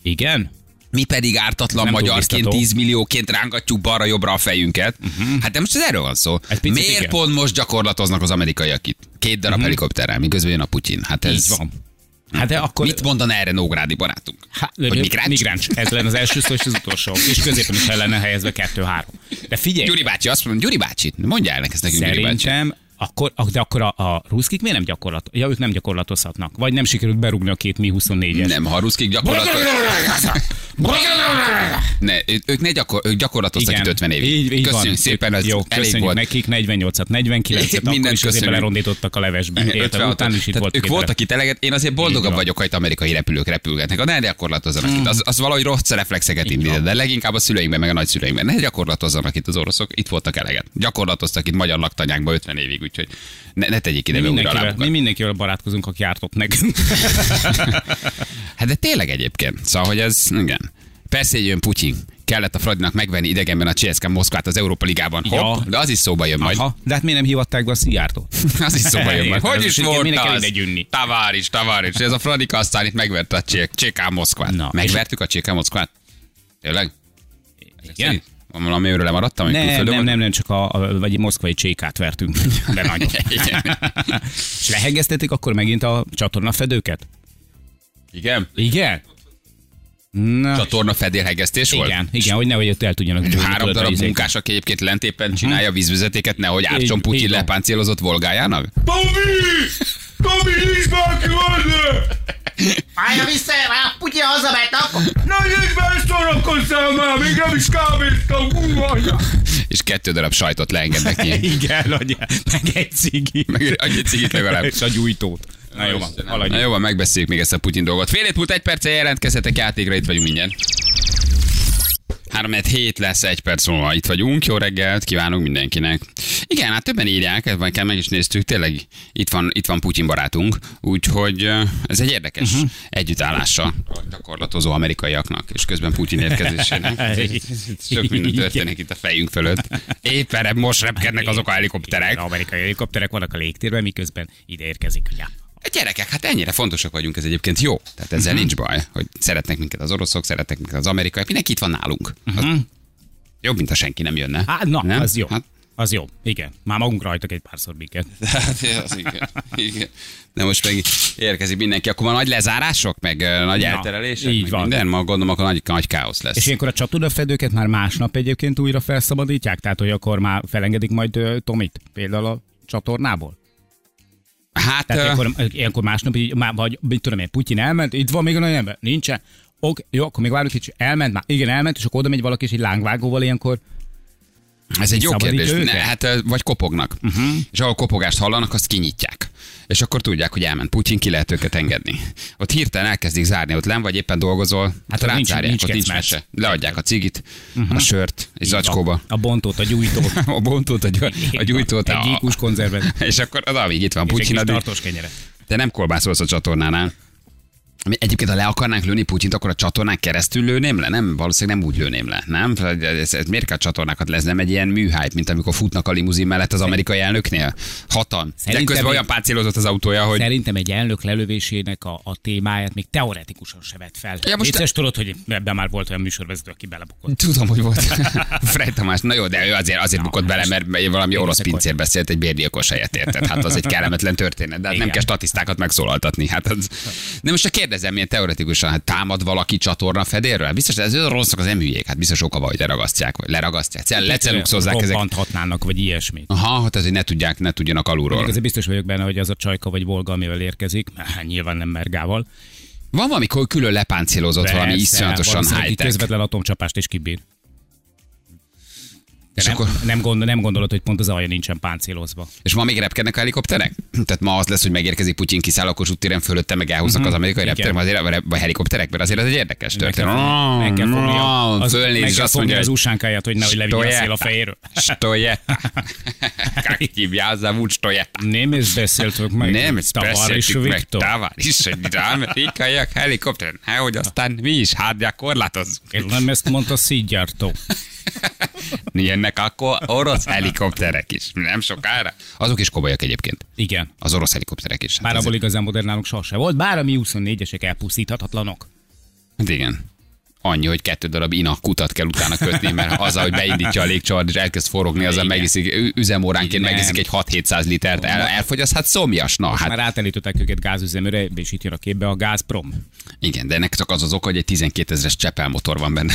Speaker 3: Igen?
Speaker 2: Mi pedig ártatlan
Speaker 3: Nem
Speaker 2: nem
Speaker 3: túl
Speaker 2: magyarként,
Speaker 3: biztató. Mhm.
Speaker 2: 10 millióként rángatjuk balra-jobbra a fejünket. Uh-huh. Hát de most ez erről van szó.
Speaker 3: Egy picit
Speaker 2: Miért
Speaker 3: igen. Mhm.
Speaker 2: pont most gyakorlatoznak az amerikaiak itt? Két darab uh-huh. helikopterrel, miközben jön a Putyin. Hát ez...
Speaker 3: Így van. Hát de akkor...
Speaker 2: Akkor... Mit mondaná erre Nógrádi barátunk?
Speaker 3: Hát,
Speaker 2: hogy migráns?
Speaker 3: migráns. Ez lenne az első szó és az utolsó. És középen is el lenne helyezve kettő-három. De figyelj,
Speaker 2: Gyuri bácsi, azt mondom, Gyuri bácsi, mondjál ennek ezt nekünk, Gyuri bácsi.
Speaker 3: szerintem akkor, ak- de akkor a, a ruszkik miért nem gyakorlat? Ja, ők nem gyakorlatozhatnak. Vagy nem sikerült berúgni a két Mi-24-es.
Speaker 2: Nem, ha a ruszkik gyakorlatilag... Ne, ő- ők, ne gyakor, ők gyakorlatoztak itt 50 évig.
Speaker 3: Így, így
Speaker 2: köszönjük
Speaker 3: van.
Speaker 2: szépen, ez
Speaker 3: Jó,
Speaker 2: elég
Speaker 3: köszönjük
Speaker 2: volt.
Speaker 3: nekik, 48-at, 49-et, akkor
Speaker 2: Mindent
Speaker 3: is azért
Speaker 2: köszönjük.
Speaker 3: belerondítottak a levesbe.
Speaker 2: Igen,
Speaker 3: Érted,
Speaker 2: 56.
Speaker 3: után is itt
Speaker 2: Tehát
Speaker 3: volt
Speaker 2: Ők
Speaker 3: két
Speaker 2: voltak itt eleget, én azért boldogabb
Speaker 3: van. Hmm.
Speaker 2: vagyok, ha itt amerikai repülők repülgetnek. A ne gyakorlatozzanak itt, az, az valahogy rossz reflexeket indít, de leginkább a szüleinkben, meg a nagyszüleinkben. Ne gyakorlatozzanak itt az oroszok, itt voltak eleget. Gyakorlatoztak itt magyar laktanyákban 50 évig, úgyhogy ne, ne tegyék ide
Speaker 3: Mi
Speaker 2: be újra a
Speaker 3: mindenkivel,
Speaker 2: lábukat.
Speaker 3: mi mindenkivel barátkozunk, aki járt ott nekünk.
Speaker 2: Hát de tényleg egyébként. Szóval, hogy ez, igen. Persze egy jön Putyin. Kellett a Fradinak megvenni idegenben a CSKA Moszkvát az Európa Ligában.
Speaker 3: Ja.
Speaker 2: Hopp, de az is szóba jön majd.
Speaker 3: Aha, de hát miért nem hívatták be a Szijjártó?
Speaker 2: Az is szóba jön majd.
Speaker 3: Értem,
Speaker 2: Hogy
Speaker 3: ez
Speaker 2: is
Speaker 3: igen,
Speaker 2: volt
Speaker 3: mindenki
Speaker 2: az?
Speaker 3: elég együnni.
Speaker 2: Taváris, taváris. Ez a Fradika aztán itt megverte a Csé- CSKA Moszkvát.
Speaker 3: Na,
Speaker 2: Megvertük a CSKA Moszkvát? Tényleg? Ezek
Speaker 3: Igen.
Speaker 2: szerint? Van Valami őről lemaradtam? ami
Speaker 3: Nem,
Speaker 2: külföldön
Speaker 3: nem,
Speaker 2: volt?
Speaker 3: nem, nem, csak a, a vagy egy moszkvai csékát vertünk. De nagyon.
Speaker 2: Igen.
Speaker 3: És lehegeztetik akkor megint a csatornafedőket?
Speaker 2: Igen?
Speaker 3: Igen? Na,
Speaker 2: Csatorna fedélhegesztés volt?
Speaker 3: igen, igen, hogy nehogy ott el tudjanak gyúrni,
Speaker 2: Három
Speaker 3: tudod, a
Speaker 2: darab
Speaker 3: izéket.
Speaker 2: munkás, aki egyébként lent éppen csinálja a vízvezetéket, nehogy ártson
Speaker 3: Így- így
Speaker 2: Putyin
Speaker 3: van.
Speaker 2: lepáncélozott volgájának?
Speaker 1: Tomi! Tomi, nyisd már ki hozzá!
Speaker 4: Várja vissza, már putya hazament, akkor...
Speaker 1: Na nyisd már, és szórakozzál már! Még nem is kávéztam, hú, anyja!
Speaker 2: És kettő darab sajtot leengednek nyilván.
Speaker 3: Igen, hogy meg egy cigi.
Speaker 2: Meg egy cigit legalább.
Speaker 3: És a gyújtót. Na jó van,
Speaker 2: Na
Speaker 3: haladjunk.
Speaker 2: jó, van, megbeszéljük még ezt a Putyin dolgot. Fél hét múlt egy perccel jelentkezhetek játékra, itt vagyunk mindjárt. 3 hét lesz, egy perc múlva itt vagyunk. Jó reggelt, kívánunk mindenkinek. Igen, hát többen írják, ebben kell meg is néztük, tényleg itt van, itt van Putyin barátunk, úgyhogy eh, ez egy érdekes
Speaker 3: Mhm.
Speaker 2: uh-huh. együttállása a gyakorlatozó amerikaiaknak, és közben Putyin érkezésének. Sok minden történik itt a fejünk fölött. Éppen rep- most repkednek azok a helikopterek.
Speaker 3: Amerikai helikopterek vannak a légtérben, miközben ide érkezik, ugye?
Speaker 2: A gyerekek, hát ennyire fontosak vagyunk, ez egyébként jó. Tehát
Speaker 3: Mhm.
Speaker 2: ezzel nincs baj, hogy szeretnek minket az oroszok, szeretnek minket az amerikaiak, mindenki itt van nálunk. Az jobb, mint ha senki nem jönne.
Speaker 3: Hát Mhm. na,
Speaker 2: nem?
Speaker 3: az jó.
Speaker 2: Hát,
Speaker 3: Az jó, igen. Már magunkra hajtok egy párszor minket.
Speaker 2: hát, az igen. igen. De most meg érkezik mindenki, akkor van nagy lezárások, meg ö, nagy
Speaker 3: Na,
Speaker 2: elterelések,
Speaker 3: így
Speaker 2: meg
Speaker 3: van.
Speaker 2: minden, ma gondolom, akkor nagy, nagy káosz lesz.
Speaker 3: És ilyenkor a csatornafedőket már másnap egyébként újra felszabadítják? Tehát, hogy akkor már felengedik majd ö, Tomit például a csatornából?
Speaker 2: Hát,
Speaker 3: Tehát
Speaker 2: ö,
Speaker 3: ilyenkor, ilyenkor másnap, így, már, vagy mit tudom én, Putyin elment, itt van még a nagy ember, nincsen. Ok, jó, akkor még várjuk kicsit, elment már, igen, elment, és akkor oda megy valaki, és egy lángvágóval ilyenkor,
Speaker 2: Ez egy jó
Speaker 3: Szabadít
Speaker 2: kérdés.
Speaker 3: őket? Mhm.
Speaker 2: Ne, hát ö, vagy kopognak. Uh-huh. És ahol kopogást hallanak, azt kinyitják. És akkor tudják, hogy elment Putyin, ki lehet őket engedni. Ott hirtelen elkezdik zárni, ott len vagy éppen dolgozol, hát
Speaker 3: ott
Speaker 2: rád
Speaker 3: nincs-
Speaker 2: zárják,
Speaker 3: nincs
Speaker 2: ott nincs
Speaker 3: kecmec. Mhm.
Speaker 2: mese. Leadják a cigit, uh-huh. a sört, egy zacskóba.
Speaker 3: a, a bontót, a gyújtót,
Speaker 2: A bontót, a, gy- a gyújtót,
Speaker 3: egy
Speaker 2: a,
Speaker 3: gyíkus konzervet, és
Speaker 2: és akkor az amíg itt van
Speaker 3: egy
Speaker 2: Putyin,
Speaker 3: kis
Speaker 2: addig
Speaker 3: tartós kenyeret.
Speaker 2: te nem kolbászolsz a csatornánál. Mi egyébként, ha le akarnánk lőni Putyint, akkor a csatornán keresztül lőném le? Nem, valószínűleg nem úgy lőném le, nem? Ez, ez, ez miért kell csatornákat lesz? Nem egy ilyen műhájt, mint amikor futnak a limuzin mellett az amerikai elnöknél? Hatan. De
Speaker 3: Szerintem
Speaker 2: közben
Speaker 3: mi-
Speaker 2: olyan páncélozott az autója, hogy...
Speaker 3: Szerintem egy elnök lelövésének a, a témáját még teoretikusan se vett fel.
Speaker 2: Ja,
Speaker 3: Ja,
Speaker 2: most-
Speaker 3: most Vicces, tudod, hogy ebben már volt olyan műsorvezető, aki belebukott.
Speaker 2: Tudom, hogy volt. Fred Tamás, na jó, de ő azért, azért
Speaker 3: Na,
Speaker 2: bukott bele,
Speaker 3: most-
Speaker 2: mert valami orosz
Speaker 3: ezek
Speaker 2: pincér beszélt egy bérgyilkos helyett, érted? Hát az egy kellemetlen történet, de hát nem
Speaker 3: Igen.
Speaker 2: kell statisztákat megszólaltatni. Hát az... De most csak kérdezem, milyen teoretikusan, hát támad valaki csatorna fedélről? Hát Biztos, ez olyan rosszak az nem hülyék, hát biztos oka van, hogy leragasztják, vagy leragasztják, Cel- leceluxozzák ezek.
Speaker 3: Robbanthatnának, vagy ilyesmit.
Speaker 2: Aha, hát azért ne tudják, ne tudjanak alulról.
Speaker 3: Ezért biztos vagyok benne, hogy az a csajka vagy volga, amivel érkezik, hát nyilván nem mergával.
Speaker 2: Van valami kö- külön lepáncélozott, valami
Speaker 3: Persze,
Speaker 2: iszonyatosan
Speaker 3: valószínűleg
Speaker 2: high
Speaker 3: egy közvetlen atomcsapást is kibír. De
Speaker 2: És
Speaker 3: nem,
Speaker 2: akkor-
Speaker 3: akkor... nem, gondol, nem gondolod, hogy pont az alja nincsen páncélozva.
Speaker 2: És ma még repkednek a helikopterek? Tehát ma az lesz, hogy megérkezik Putyin, kiszáll a Kossuth téren fölötte, meg elhúznak az amerikai
Speaker 3: Mhm. igen.
Speaker 2: repterek, azért, vagy- vagy helikopterek, mert azért ez egy érdekes
Speaker 3: Meg kell
Speaker 2: történet.
Speaker 3: fognia- meg kell fognia
Speaker 2: Ah,
Speaker 3: az, meg
Speaker 2: Fölnéz, és
Speaker 3: kell
Speaker 2: Oh, azt
Speaker 3: fognia
Speaker 2: mondja,
Speaker 3: az
Speaker 2: hogy
Speaker 3: usánkáját, hogy nehogy levigye a szél a
Speaker 2: Stojeta.
Speaker 3: fejéről.
Speaker 2: Stojeta. Kak hívja, az a úgy Stojeta.
Speaker 3: Nem is beszéltök meg.
Speaker 2: Nem, ezt
Speaker 3: Tavares
Speaker 2: beszéltük meg
Speaker 3: Viktor.
Speaker 2: távár is, hogy itt amerikaiak helikopteren, hogy aztán mi is hátgyák korlátozzuk.
Speaker 3: Én nem ezt mondta Szígyártó.
Speaker 2: Jönnek akkor orosz helikopterek is, nem sokára. Azok is kobolyak egyébként,
Speaker 3: Igen.
Speaker 2: az orosz helikopterek is. Hát
Speaker 3: Bár
Speaker 2: ez-
Speaker 3: abból igazán modern nálunk sose volt, bár a mi 24-esek elpusztíthatatlanok.
Speaker 2: Hát igen. annyi, hogy kettő darab inak kutat kell utána kötni, mert az, hogy beindítja a légcsavart és elkezd forogni, azzal
Speaker 3: Igen.
Speaker 2: megiszik, ü- üzemóránként
Speaker 3: Nem.
Speaker 2: megiszik egy 6-700 litert, el, elfogyaszt, hát szomjas. Na,
Speaker 3: Hát.
Speaker 2: hát
Speaker 3: Már átelították őket gázüzemre, és itt jön a képbe a Gazprom.
Speaker 2: Igen, de ennek csak az az oka, hogy egy 12 ezeres csepel motor van benne.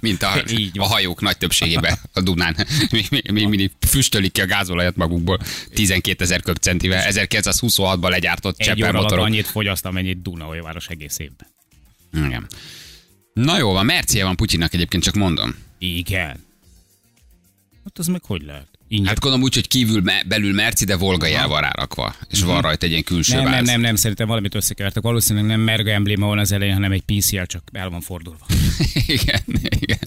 Speaker 2: Mint a,
Speaker 3: Így
Speaker 2: a
Speaker 3: van.
Speaker 2: hajók nagy többségében a Dunán. Még mi, mi, mindig füstölik ki a gázolajat magukból 12 ezer köbcentivel. 1926-ban legyártott
Speaker 3: Egy óra
Speaker 2: csepel
Speaker 3: alatt
Speaker 2: motorok.
Speaker 3: annyit fogyaszt, amennyit Dunaújváros egész évben.
Speaker 2: Igen. Na jó, van, mercie van Putyinnak egyébként, csak mondom.
Speaker 3: Igen. Hát az meg hogy lehet? Ingyen.
Speaker 2: Hát gondolom úgy, hogy kívül me- belül merci, de volgajel van rárakva. És van rajta egy ilyen külső
Speaker 3: Mhm. nem,
Speaker 2: váz.
Speaker 3: nem, nem, nem, szerintem valamit összekevertek. Valószínűleg nem merga embléma van az elején, hanem egy PCL, csak el van fordulva.
Speaker 2: igen, igen.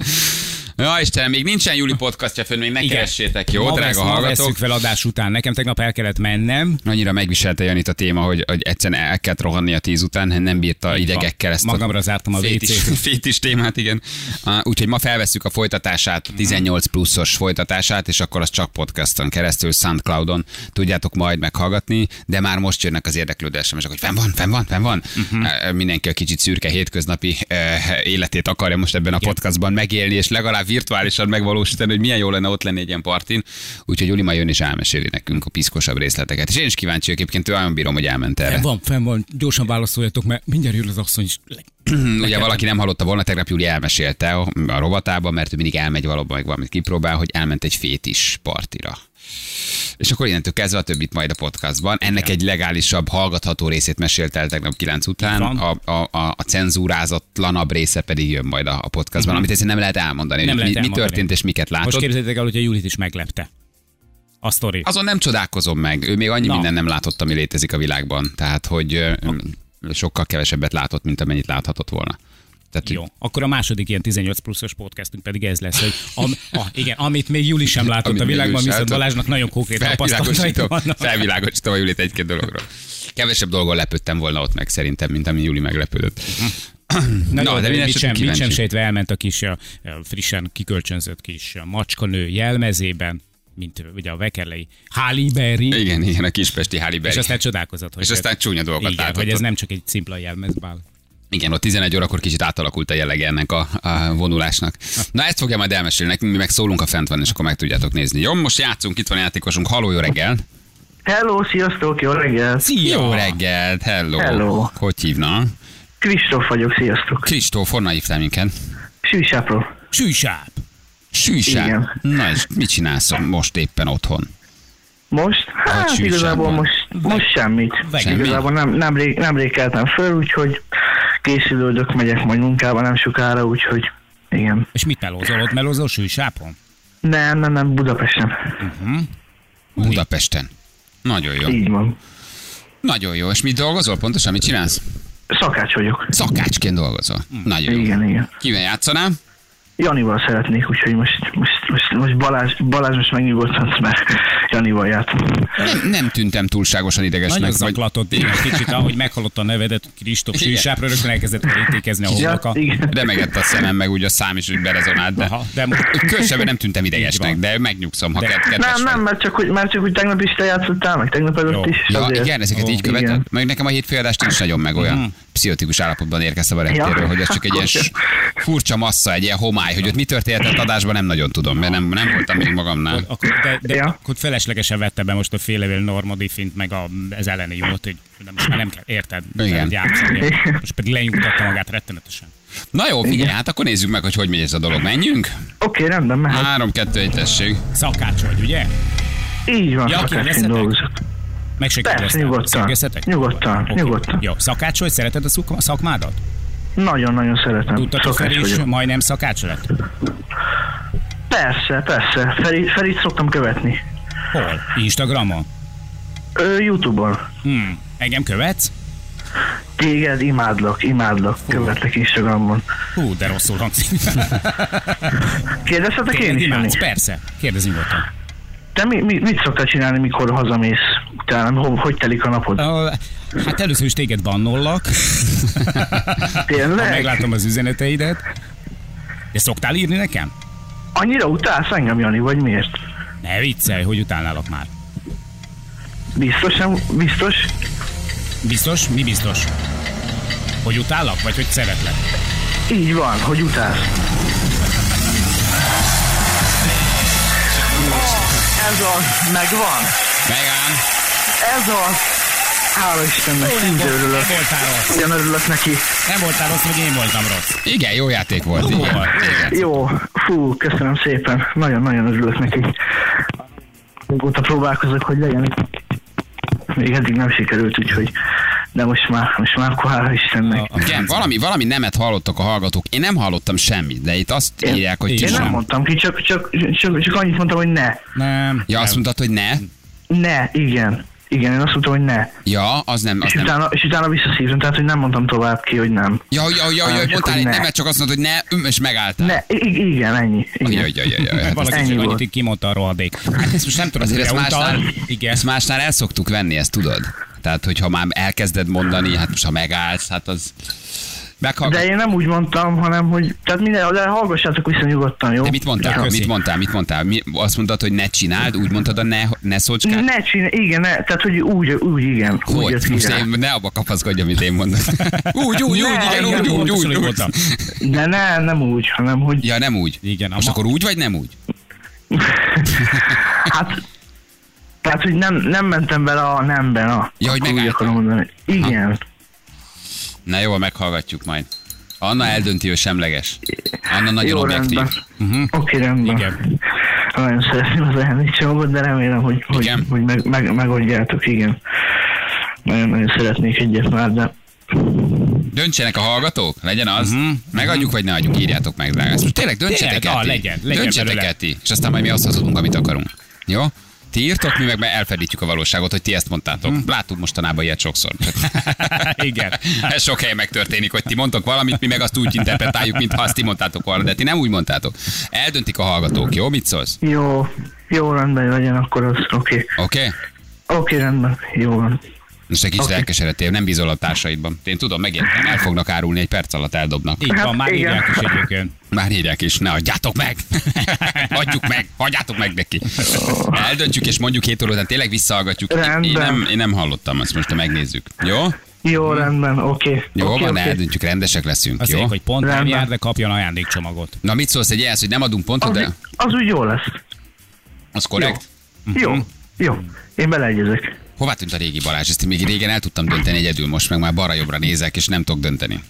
Speaker 2: Ja, Istenem, még nincsen Júli podcastja fönn, még ne
Speaker 3: Igen.
Speaker 2: keressétek, jó,
Speaker 3: ma
Speaker 2: drága
Speaker 3: vesz- ma
Speaker 2: hallgatók?
Speaker 3: vesszük fel adás után. Nekem tegnap el kellett mennem.
Speaker 2: annyira megviselte Janit a téma, hogy, hogy egyszerűen el kellett rohanni a tíz után, nem bírta
Speaker 3: Így van.
Speaker 2: idegekkel ezt
Speaker 3: Magamra
Speaker 2: a
Speaker 3: zártam a
Speaker 2: fétis,
Speaker 3: WC-t.
Speaker 2: fétis témát, igen. Á, Úgyhogy ma felveszük a folytatását, a 18 pluszos folytatását, és akkor az csak podcaston keresztül, Soundcloudon tudjátok majd meghallgatni, de már most jönnek az érdeklődő sms hogy fenn van, fenn van, fenn van. Uh-huh. Mindenki a kicsit szürke hétköznapi eh, életét akarja most ebben a podcastban megélni, és legalább virtuálisan megvalósítani, hogy milyen jó lenne ott lenni egy ilyen partin. Úgyhogy Uli majd jön és elmeséli nekünk a piszkosabb részleteket. És én is kíváncsi vagyok, egyébként olyan bírom, hogy elment erre.
Speaker 3: Fenn van, fenn van, gyorsan válaszoljatok, mert mindjárt jön az asszony is.
Speaker 2: Hát Ugye valaki nem hallotta volna, tegnap Júli elmesélte a a rovatában, mert ő mindig elmegy valóban, meg valamit kipróbál, hogy elment egy fétis partira. És akkor innentől kezdve a többit majd a podcastban. Ennek egy legálisabb, hallgatható részét mesélt el tegnap 9 után,
Speaker 3: Így
Speaker 2: a, a, a, a cenzurázatlanabb része pedig jön majd a, a podcastban, amit egyszerűen nem lehet elmondani,
Speaker 3: Mhm. Nem
Speaker 2: hogy mi,
Speaker 3: lehet
Speaker 2: mi
Speaker 3: elmondani.
Speaker 2: történt és miket
Speaker 3: Most
Speaker 2: látott.
Speaker 3: képzeljétek el, hogy a Julit is meglepte. A sztori.
Speaker 2: Azon nem csodálkozom meg, ő még annyi
Speaker 3: Na.
Speaker 2: minden nem látott, ami létezik a világban. Tehát, hogy ö, sokkal kevesebbet látott, mint amennyit láthatott volna. Tehát,
Speaker 3: Jó. Akkor a második ilyen 18 pluszos podcastünk pedig ez lesz, hogy am, ah, igen, amit még Juli sem látott
Speaker 2: Amit
Speaker 3: a
Speaker 2: még Juli
Speaker 3: világban,
Speaker 2: sem
Speaker 3: viszont
Speaker 2: látott.
Speaker 3: Balázsnak nagyon konkrét tapasztalatai
Speaker 2: felvilágosítom,
Speaker 3: vannak.
Speaker 2: felvilágosítom a Julit egy-két dologról. Kevesebb dolgon lepődtem volna ott meg szerintem, mint ami Juli meglepődött.
Speaker 3: Hm. Na,
Speaker 2: Na,
Speaker 3: jó,
Speaker 2: de
Speaker 3: de
Speaker 2: minden
Speaker 3: mit
Speaker 2: esetre
Speaker 3: sem, mit sem
Speaker 2: kíváncsi.
Speaker 3: sejtve elment a kis a, a frissen kikölcsönzött kis a macskanő jelmezében, mint ugye a vekerlei Háliberi,
Speaker 2: Igen, igen, a kispesti Háliberi.
Speaker 3: és aztán csodálkozott, hogy,
Speaker 2: És aztán csúnya dolgokat
Speaker 3: igen,
Speaker 2: látott
Speaker 3: hogy ez
Speaker 2: ott.
Speaker 3: nem csak egy szimpla jelmezbál.
Speaker 2: Igen, ott 11 órakor kicsit átalakult a jellege ennek a, a vonulásnak. Na ezt fogja majd elmesélni nekünk, mi meg szólunk, ha fent van, és akkor meg tudjátok nézni. Jó, most játszunk, itt van a játékosunk. Haló, jó reggel!
Speaker 5: Hello, sziasztok, jó reggel!
Speaker 3: Szia!
Speaker 2: Jó reggelt, hello!
Speaker 5: Hello.
Speaker 2: Hogy hívna?
Speaker 5: Kristóf vagyok, sziasztok!
Speaker 2: Kristóf, honnan hívtál minket?
Speaker 5: Sűsápról.
Speaker 3: Sűsáp!
Speaker 2: Sűsán.
Speaker 5: Igen.
Speaker 2: Na és mit csinálsz most éppen otthon?
Speaker 5: Most? Hát
Speaker 2: sűrűsebb
Speaker 5: igazából
Speaker 2: van.
Speaker 5: most, most semmit.
Speaker 2: Semmi?
Speaker 5: Igazából nem, nemrég, nemrég keltem föl, úgyhogy készülődök, megyek majd munkába nem sokára, úgyhogy igen.
Speaker 3: És mit melózol ott? Melózol sűsápon?
Speaker 5: Nem, nem, nem, Budapesten.
Speaker 2: Budapesten. Nagyon jó.
Speaker 5: Így van.
Speaker 2: Nagyon jó, és mit dolgozol pontosan, mit csinálsz?
Speaker 5: Szakács vagyok.
Speaker 2: Szakácsként dolgozol. Nagyon jó.
Speaker 5: Hm. Igen, igen.
Speaker 2: Kivel játszanál?
Speaker 5: Janival szeretnék, úgyhogy most, most, most, most Balázs, Balázs most megnyugodhat, mert Janival játszom.
Speaker 2: Nem, nem tűntem túlságosan
Speaker 3: Nagyon
Speaker 2: idegesnek.
Speaker 3: zaklatott, igen, kicsit, ahogy meghallotta a nevedet, Kristóf
Speaker 2: Igen.
Speaker 3: Sűsápra, rögtön elkezdett elítékezni a
Speaker 5: Ja,
Speaker 3: homloka.
Speaker 5: igen.
Speaker 2: Remegett a szemem, meg úgy a szám is úgy berezonált, de
Speaker 3: Aha, de most
Speaker 2: különösebben nem tűntem
Speaker 3: Így
Speaker 2: idegesnek,
Speaker 3: van.
Speaker 2: de megnyugszom, ha
Speaker 3: De-
Speaker 2: ked- kedves
Speaker 5: Nem,
Speaker 2: vagy.
Speaker 5: nem, mert csak, hogy, mert csak úgy tegnap is te játszottál, meg tegnap előtt
Speaker 3: Jó.
Speaker 5: is.
Speaker 2: Ja,
Speaker 5: azért.
Speaker 2: igen, ezeket
Speaker 3: Ó,
Speaker 2: így követed.
Speaker 5: igen. Mhm.
Speaker 2: Meg nekem a hétfői adást nincs nagyon meg olyan pszichotikus állapotban érkeztem a reptéről,
Speaker 5: Ja.
Speaker 2: hogy az csak egy ilyen s- furcsa massza, egy ilyen homály, hogy ott mi történt az adásban, nem nagyon tudom, mert nem, nem voltam még magamnál.
Speaker 3: Akkor, de, de ja.
Speaker 5: Ja.
Speaker 3: akkor feleslegesen vette be most a félevél normodifint, meg a, ez elleni jót, hogy nem, most már nem kell, érted?
Speaker 2: Igen.
Speaker 3: Nem Játszani. Most pedig lenyugtatta magát rettenetesen.
Speaker 2: Na jó, figyelj, hát akkor nézzük meg, hogy hogy megy ez a dolog. Menjünk?
Speaker 5: Oké, rendben, mehet.
Speaker 2: 3, 2, 1, tessék.
Speaker 3: Szakács vagy, ugye?
Speaker 5: Így van,
Speaker 3: Ja,
Speaker 5: ja,
Speaker 3: oké,
Speaker 5: szakácsként
Speaker 3: veszetek.
Speaker 5: dolgozok.
Speaker 3: Meg se
Speaker 5: Persze,
Speaker 3: kérdeztem.
Speaker 5: nyugodtan.
Speaker 3: Szörgezhetek?
Speaker 5: Nyugodtan,
Speaker 3: Oké.
Speaker 5: nyugodtan.
Speaker 3: Jó, szakács vagy, szereted a szuk- a szakmádat?
Speaker 5: Nagyon-nagyon szeretem.
Speaker 3: Tudtad, hogy
Speaker 5: Szakács
Speaker 3: Feri is
Speaker 5: vagyok.
Speaker 3: majdnem szakács lett?
Speaker 5: Persze, persze. Feri, Ferit szoktam követni.
Speaker 3: Hol? Instagramon?
Speaker 5: Ő Youtube-on.
Speaker 3: Hmm. Engem követsz?
Speaker 5: Téged imádlak, imádlak. Követlek Instagramon.
Speaker 3: Hú, de rosszul hangzik.
Speaker 5: Kérdezhetek én
Speaker 3: Tényleg
Speaker 5: is? Jani?
Speaker 3: imádsz? Persze. Kérdez nyugodtan.
Speaker 5: Te mi, mi, mit szoktál csinálni, mikor hazamész? Utána, hogy, hogy telik a napod?
Speaker 3: Ö, Hát először is téged bannollak. Ha
Speaker 5: Tényleg?
Speaker 3: meglátom az üzeneteidet. De szoktál írni nekem?
Speaker 5: Annyira utálsz engem, Jani, vagy miért?
Speaker 3: Ne viccelj, hogy utálnálak már.
Speaker 5: Biztos nem? Biztos?
Speaker 3: Biztos? Mi biztos? Hogy utálak, vagy hogy szeretlek?
Speaker 5: Így van, hogy utálsz. Ez az, megvan.
Speaker 2: Megám.
Speaker 5: Ez az. Hála Istennek, így örülök.
Speaker 3: Nem voltál rossz.
Speaker 5: Nagyon örülök neki.
Speaker 3: Nem voltál rossz, vagy én voltam rossz.
Speaker 2: Igen, jó játék volt. Igen.
Speaker 3: Volt.
Speaker 2: igen.
Speaker 5: Jó, fú, köszönöm szépen. Nagyon-nagyon örülök neki. Mióta próbálkozok, hogy legyen. Még eddig nem sikerült, úgyhogy de most már, most már akkor hála Istennek.
Speaker 2: Igen, valami, valami nemet hallottak a hallgatók. Én nem hallottam semmit, de itt azt
Speaker 5: Én-
Speaker 2: írják, hogy
Speaker 5: Én
Speaker 2: ti
Speaker 5: nem
Speaker 2: sem.
Speaker 5: mondtam ki, csak, csak, csak, csak annyit mondtam, hogy ne.
Speaker 3: Nem.
Speaker 2: Ja, azt mondtad, hogy ne?
Speaker 5: Ne, igen. Igen, én azt mondtam, hogy ne.
Speaker 2: Ja, az Hát nem, az
Speaker 5: És
Speaker 2: nem.
Speaker 5: utána, és utána visszaszívtam, tehát hogy nem mondtam tovább ki, hogy nem.
Speaker 2: Ja, ja, ja, ja,
Speaker 5: Ah, csak
Speaker 2: mondtál
Speaker 5: hogy
Speaker 2: egy
Speaker 5: ne.
Speaker 2: nemet, csak azt mondtad, hogy ne, üm, és megálltál.
Speaker 5: Ne, i- i- igen, ennyi.
Speaker 2: Ja,
Speaker 5: Igen.
Speaker 2: ja, ja, ja,
Speaker 3: Hát
Speaker 2: ja.
Speaker 3: valaki
Speaker 5: ennyi
Speaker 3: csak annyit
Speaker 5: volt.
Speaker 3: így kimondta a rohadék. Hát ezt most nem tudom,
Speaker 2: Azért ezt
Speaker 3: mire utal.
Speaker 2: másnál,
Speaker 3: Igen.
Speaker 2: ezt másnál el szoktuk venni, ezt tudod? Tehát, hogyha már elkezded mondani, hát most ha megállsz, hát az...
Speaker 5: De
Speaker 2: Meghallgat.
Speaker 5: én nem úgy mondtam, hanem hogy... Tehát minden, de hallgassátok vissza nyugodtan, jó?
Speaker 2: De mit mondtál?
Speaker 5: Ja.
Speaker 3: Köszi.
Speaker 2: Mit mondtál? Mit mondtál? Mi, azt mondtad, hogy ne csináld, úgy mondtad a ne, ne szócskát?
Speaker 5: Ne csinálj, igen, ne, tehát hogy úgy, úgy igen. úgy
Speaker 2: Hogy?
Speaker 5: jött
Speaker 2: Most
Speaker 5: ki rá.
Speaker 2: én ne abba kapaszkodj, amit én mondok. Úgy, úgy, úgy,
Speaker 5: Ne,
Speaker 2: igen, úgy,
Speaker 5: igen,
Speaker 2: úgy,
Speaker 3: pontosan
Speaker 2: úgy,
Speaker 3: így
Speaker 2: úgy.
Speaker 3: mondtam.
Speaker 5: De ne, nem úgy, hanem hogy...
Speaker 2: Ja, nem úgy.
Speaker 3: Igen,
Speaker 2: Most
Speaker 3: a ma-
Speaker 2: akkor úgy vagy nem úgy?
Speaker 5: Hát, tehát, hogy nem, nem mentem bele a nemben, a,
Speaker 2: Ja, hogy
Speaker 5: akkor úgy
Speaker 2: megálltál.
Speaker 5: akarom mondani. Igen.
Speaker 2: Na jó, meghallgatjuk majd. Anna eldönti, ő semleges. Anna nagyon
Speaker 5: Jó,
Speaker 2: objektív. Mhm.
Speaker 5: rendben. Oké, rendben.
Speaker 3: Igen.
Speaker 5: Nagyon szeretném az elnézcsomagot, de remélem, hogy, hogy,
Speaker 2: Igen.
Speaker 5: hogy meg, meg, megoldjátok, igen. Nagyon, nagyon szeretnék egyet már, de
Speaker 2: Döntsenek a hallgatók, legyen az. Megadjuk vagy ne adjuk, írjátok meg, drága. Ezt Most tényleg döntsetek
Speaker 3: Mhm,
Speaker 2: el
Speaker 3: Tényleg, ah,
Speaker 2: ti.
Speaker 3: legyen, legyen
Speaker 2: Döntsetek
Speaker 3: belőle.
Speaker 2: el ti. És aztán majd mi azt hazudunk, amit akarunk. Jó? Ti írtok, mi meg elfedítjük a valóságot, hogy ti ezt mondtátok. Láttuk mostanában ilyet sokszor.
Speaker 3: Mhm. Igen.
Speaker 2: Ez sok helyen megtörténik, hogy ti mondtok valamit, mi meg azt úgy interpretáljuk, mintha azt ti mondtátok volna, de ti nem úgy mondtátok. Eldöntik a hallgatók, jó? Mit szólsz?
Speaker 5: jó, jó rendben legyen, akkor az oké.
Speaker 2: Oké? Okay?
Speaker 5: Oké, rendben, jó van.
Speaker 2: Most egy kicsit
Speaker 5: Oké.
Speaker 2: okay. elkeseredtél, nem bízol a társaidban. Én tudom, megértem, el fognak árulni, egy perc alatt eldobnak.
Speaker 3: Így van, már
Speaker 5: Hát, igen.
Speaker 3: írják is egyébként.
Speaker 2: Már írják is, ne adjátok meg! Adjuk meg, hagyjátok meg neki. Eldöntjük és mondjuk hét óra után tényleg visszahallgatjuk. Én, én,
Speaker 5: Rendben.
Speaker 2: nem, én nem hallottam ezt, most ha megnézzük. Jó?
Speaker 5: Jó, rendben, oké.
Speaker 2: Mhm. Jó
Speaker 5: Oké,
Speaker 2: van,
Speaker 5: oké.
Speaker 2: eldöntjük, rendesek leszünk,
Speaker 3: Azt
Speaker 2: jó?
Speaker 3: mondjuk, hogy pont nem
Speaker 5: Rendben.
Speaker 3: jár, de kapjon ajándékcsomagot.
Speaker 2: Na mit szólsz egy ehhez, hogy nem adunk pontot,
Speaker 5: Az,
Speaker 2: de
Speaker 5: az úgy jó lesz.
Speaker 2: az korrekt?
Speaker 5: Jó,
Speaker 2: Mhm.
Speaker 5: jó. Én beleegyezek.
Speaker 2: Hová tűnt a régi Balázs? Ezt még régen el tudtam dönteni egyedül, most meg már balra-jobbra nézek, és nem tudok dönteni.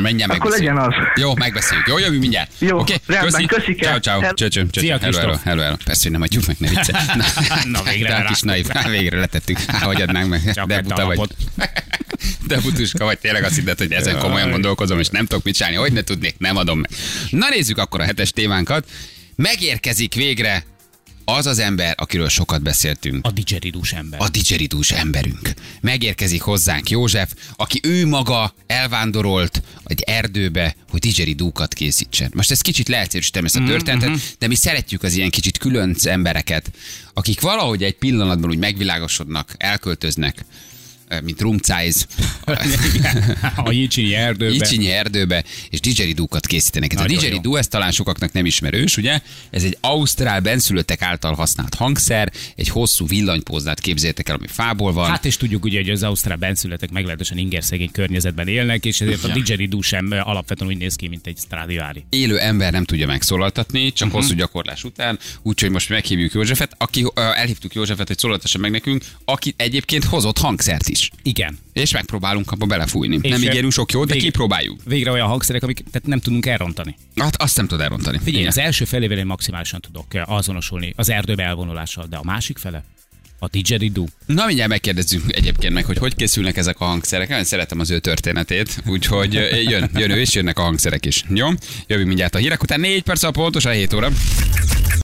Speaker 2: Menjen meg.
Speaker 5: Akkor legyen az.
Speaker 2: Jó, megbeszéljük. Jó, jövő mindjárt.
Speaker 5: Jó,
Speaker 2: Oké,
Speaker 5: rendben, köszik el.
Speaker 2: Ciao, ciao.
Speaker 5: Hello.
Speaker 2: Cső, cső, cső.
Speaker 3: Szia,
Speaker 2: Hello,
Speaker 3: Kristóf.
Speaker 2: hello, hello, hello. Persze, hogy nem adjuk meg, ne vicce.
Speaker 3: Na, végre
Speaker 2: De a
Speaker 3: rá.
Speaker 2: kis naiv. Há, végre letettük. Há, hogy adnánk meg.
Speaker 3: Csak
Speaker 2: De
Speaker 3: egy
Speaker 2: buta vagy.
Speaker 3: talapot.
Speaker 2: De butuska vagy, tényleg azt hitted, hogy ezen komolyan gondolkozom, és nem tudok mit csinálni. Hogy ne tudnék, nem adom meg. Na nézzük akkor a hetes témánkat. Megérkezik végre az az ember, akiről sokat beszéltünk
Speaker 3: A didgeridús ember.
Speaker 2: a dicseridús emberünk. Megérkezik hozzánk József, aki ő maga elvándorolt egy erdőbe, hogy dicseridúkat készítsen. Most ez kicsit leegyszerűsítem ezt a történetet, de mi szeretjük az ilyen kicsit különc embereket, akik valahogy egy pillanatban úgy megvilágosodnak, elköltöznek, eh, mint rumcájz,
Speaker 3: A Jicsinyi erdőbe.
Speaker 2: Icsinyi erdőbe, és didgeridúkat készítenek. Ez a
Speaker 3: Nagyon jó.
Speaker 2: didgeridoo, ez talán sokaknak nem ismerős, ugye? Ez egy ausztrál benszülöttek által használt hangszer, egy hosszú villanypóznát képzeljétek el, ami fából van.
Speaker 3: Hát és tudjuk ugye, hogy az ausztrál benszülöttek meglehetősen ingerszegény környezetben élnek, és ezért a didgeridoo sem ö, alapvetően úgy néz ki, mint egy Stradivari.
Speaker 2: élő ember nem tudja megszólaltatni,
Speaker 3: Mhm.
Speaker 2: csak uh-huh. hosszú gyakorlás után, úgyhogy most meghívjuk Józsefet, aki ö, elhívtuk Józsefet, hogy szólaltassa meg nekünk, aki egyébként hozott hangszert is.
Speaker 3: Igen.
Speaker 2: És megpróbálunk abba belefújni.
Speaker 3: És
Speaker 2: nem
Speaker 3: ö,
Speaker 2: ígérünk sok jót, de
Speaker 3: vég-
Speaker 2: kipróbáljuk.
Speaker 3: Végre olyan hangszerek, amik tehát nem tudunk elrontani.
Speaker 2: Hát azt nem tud elrontani.
Speaker 3: Figyelj,
Speaker 2: Igen.
Speaker 3: az első felével én maximálisan tudok ö, azonosulni az erdőbe elvonulással, de a másik fele? A didgeridoo.
Speaker 2: Na mindjárt megkérdezzünk egyébként meg, hogy hogy készülnek ezek a hangszerek. Nagyon szeretem az ő történetét, úgyhogy ö, jön, jön ő és jönnek a hangszerek is. Jó? Jövünk mindjárt a hírek után. Négy perc a pontosan 7 óra.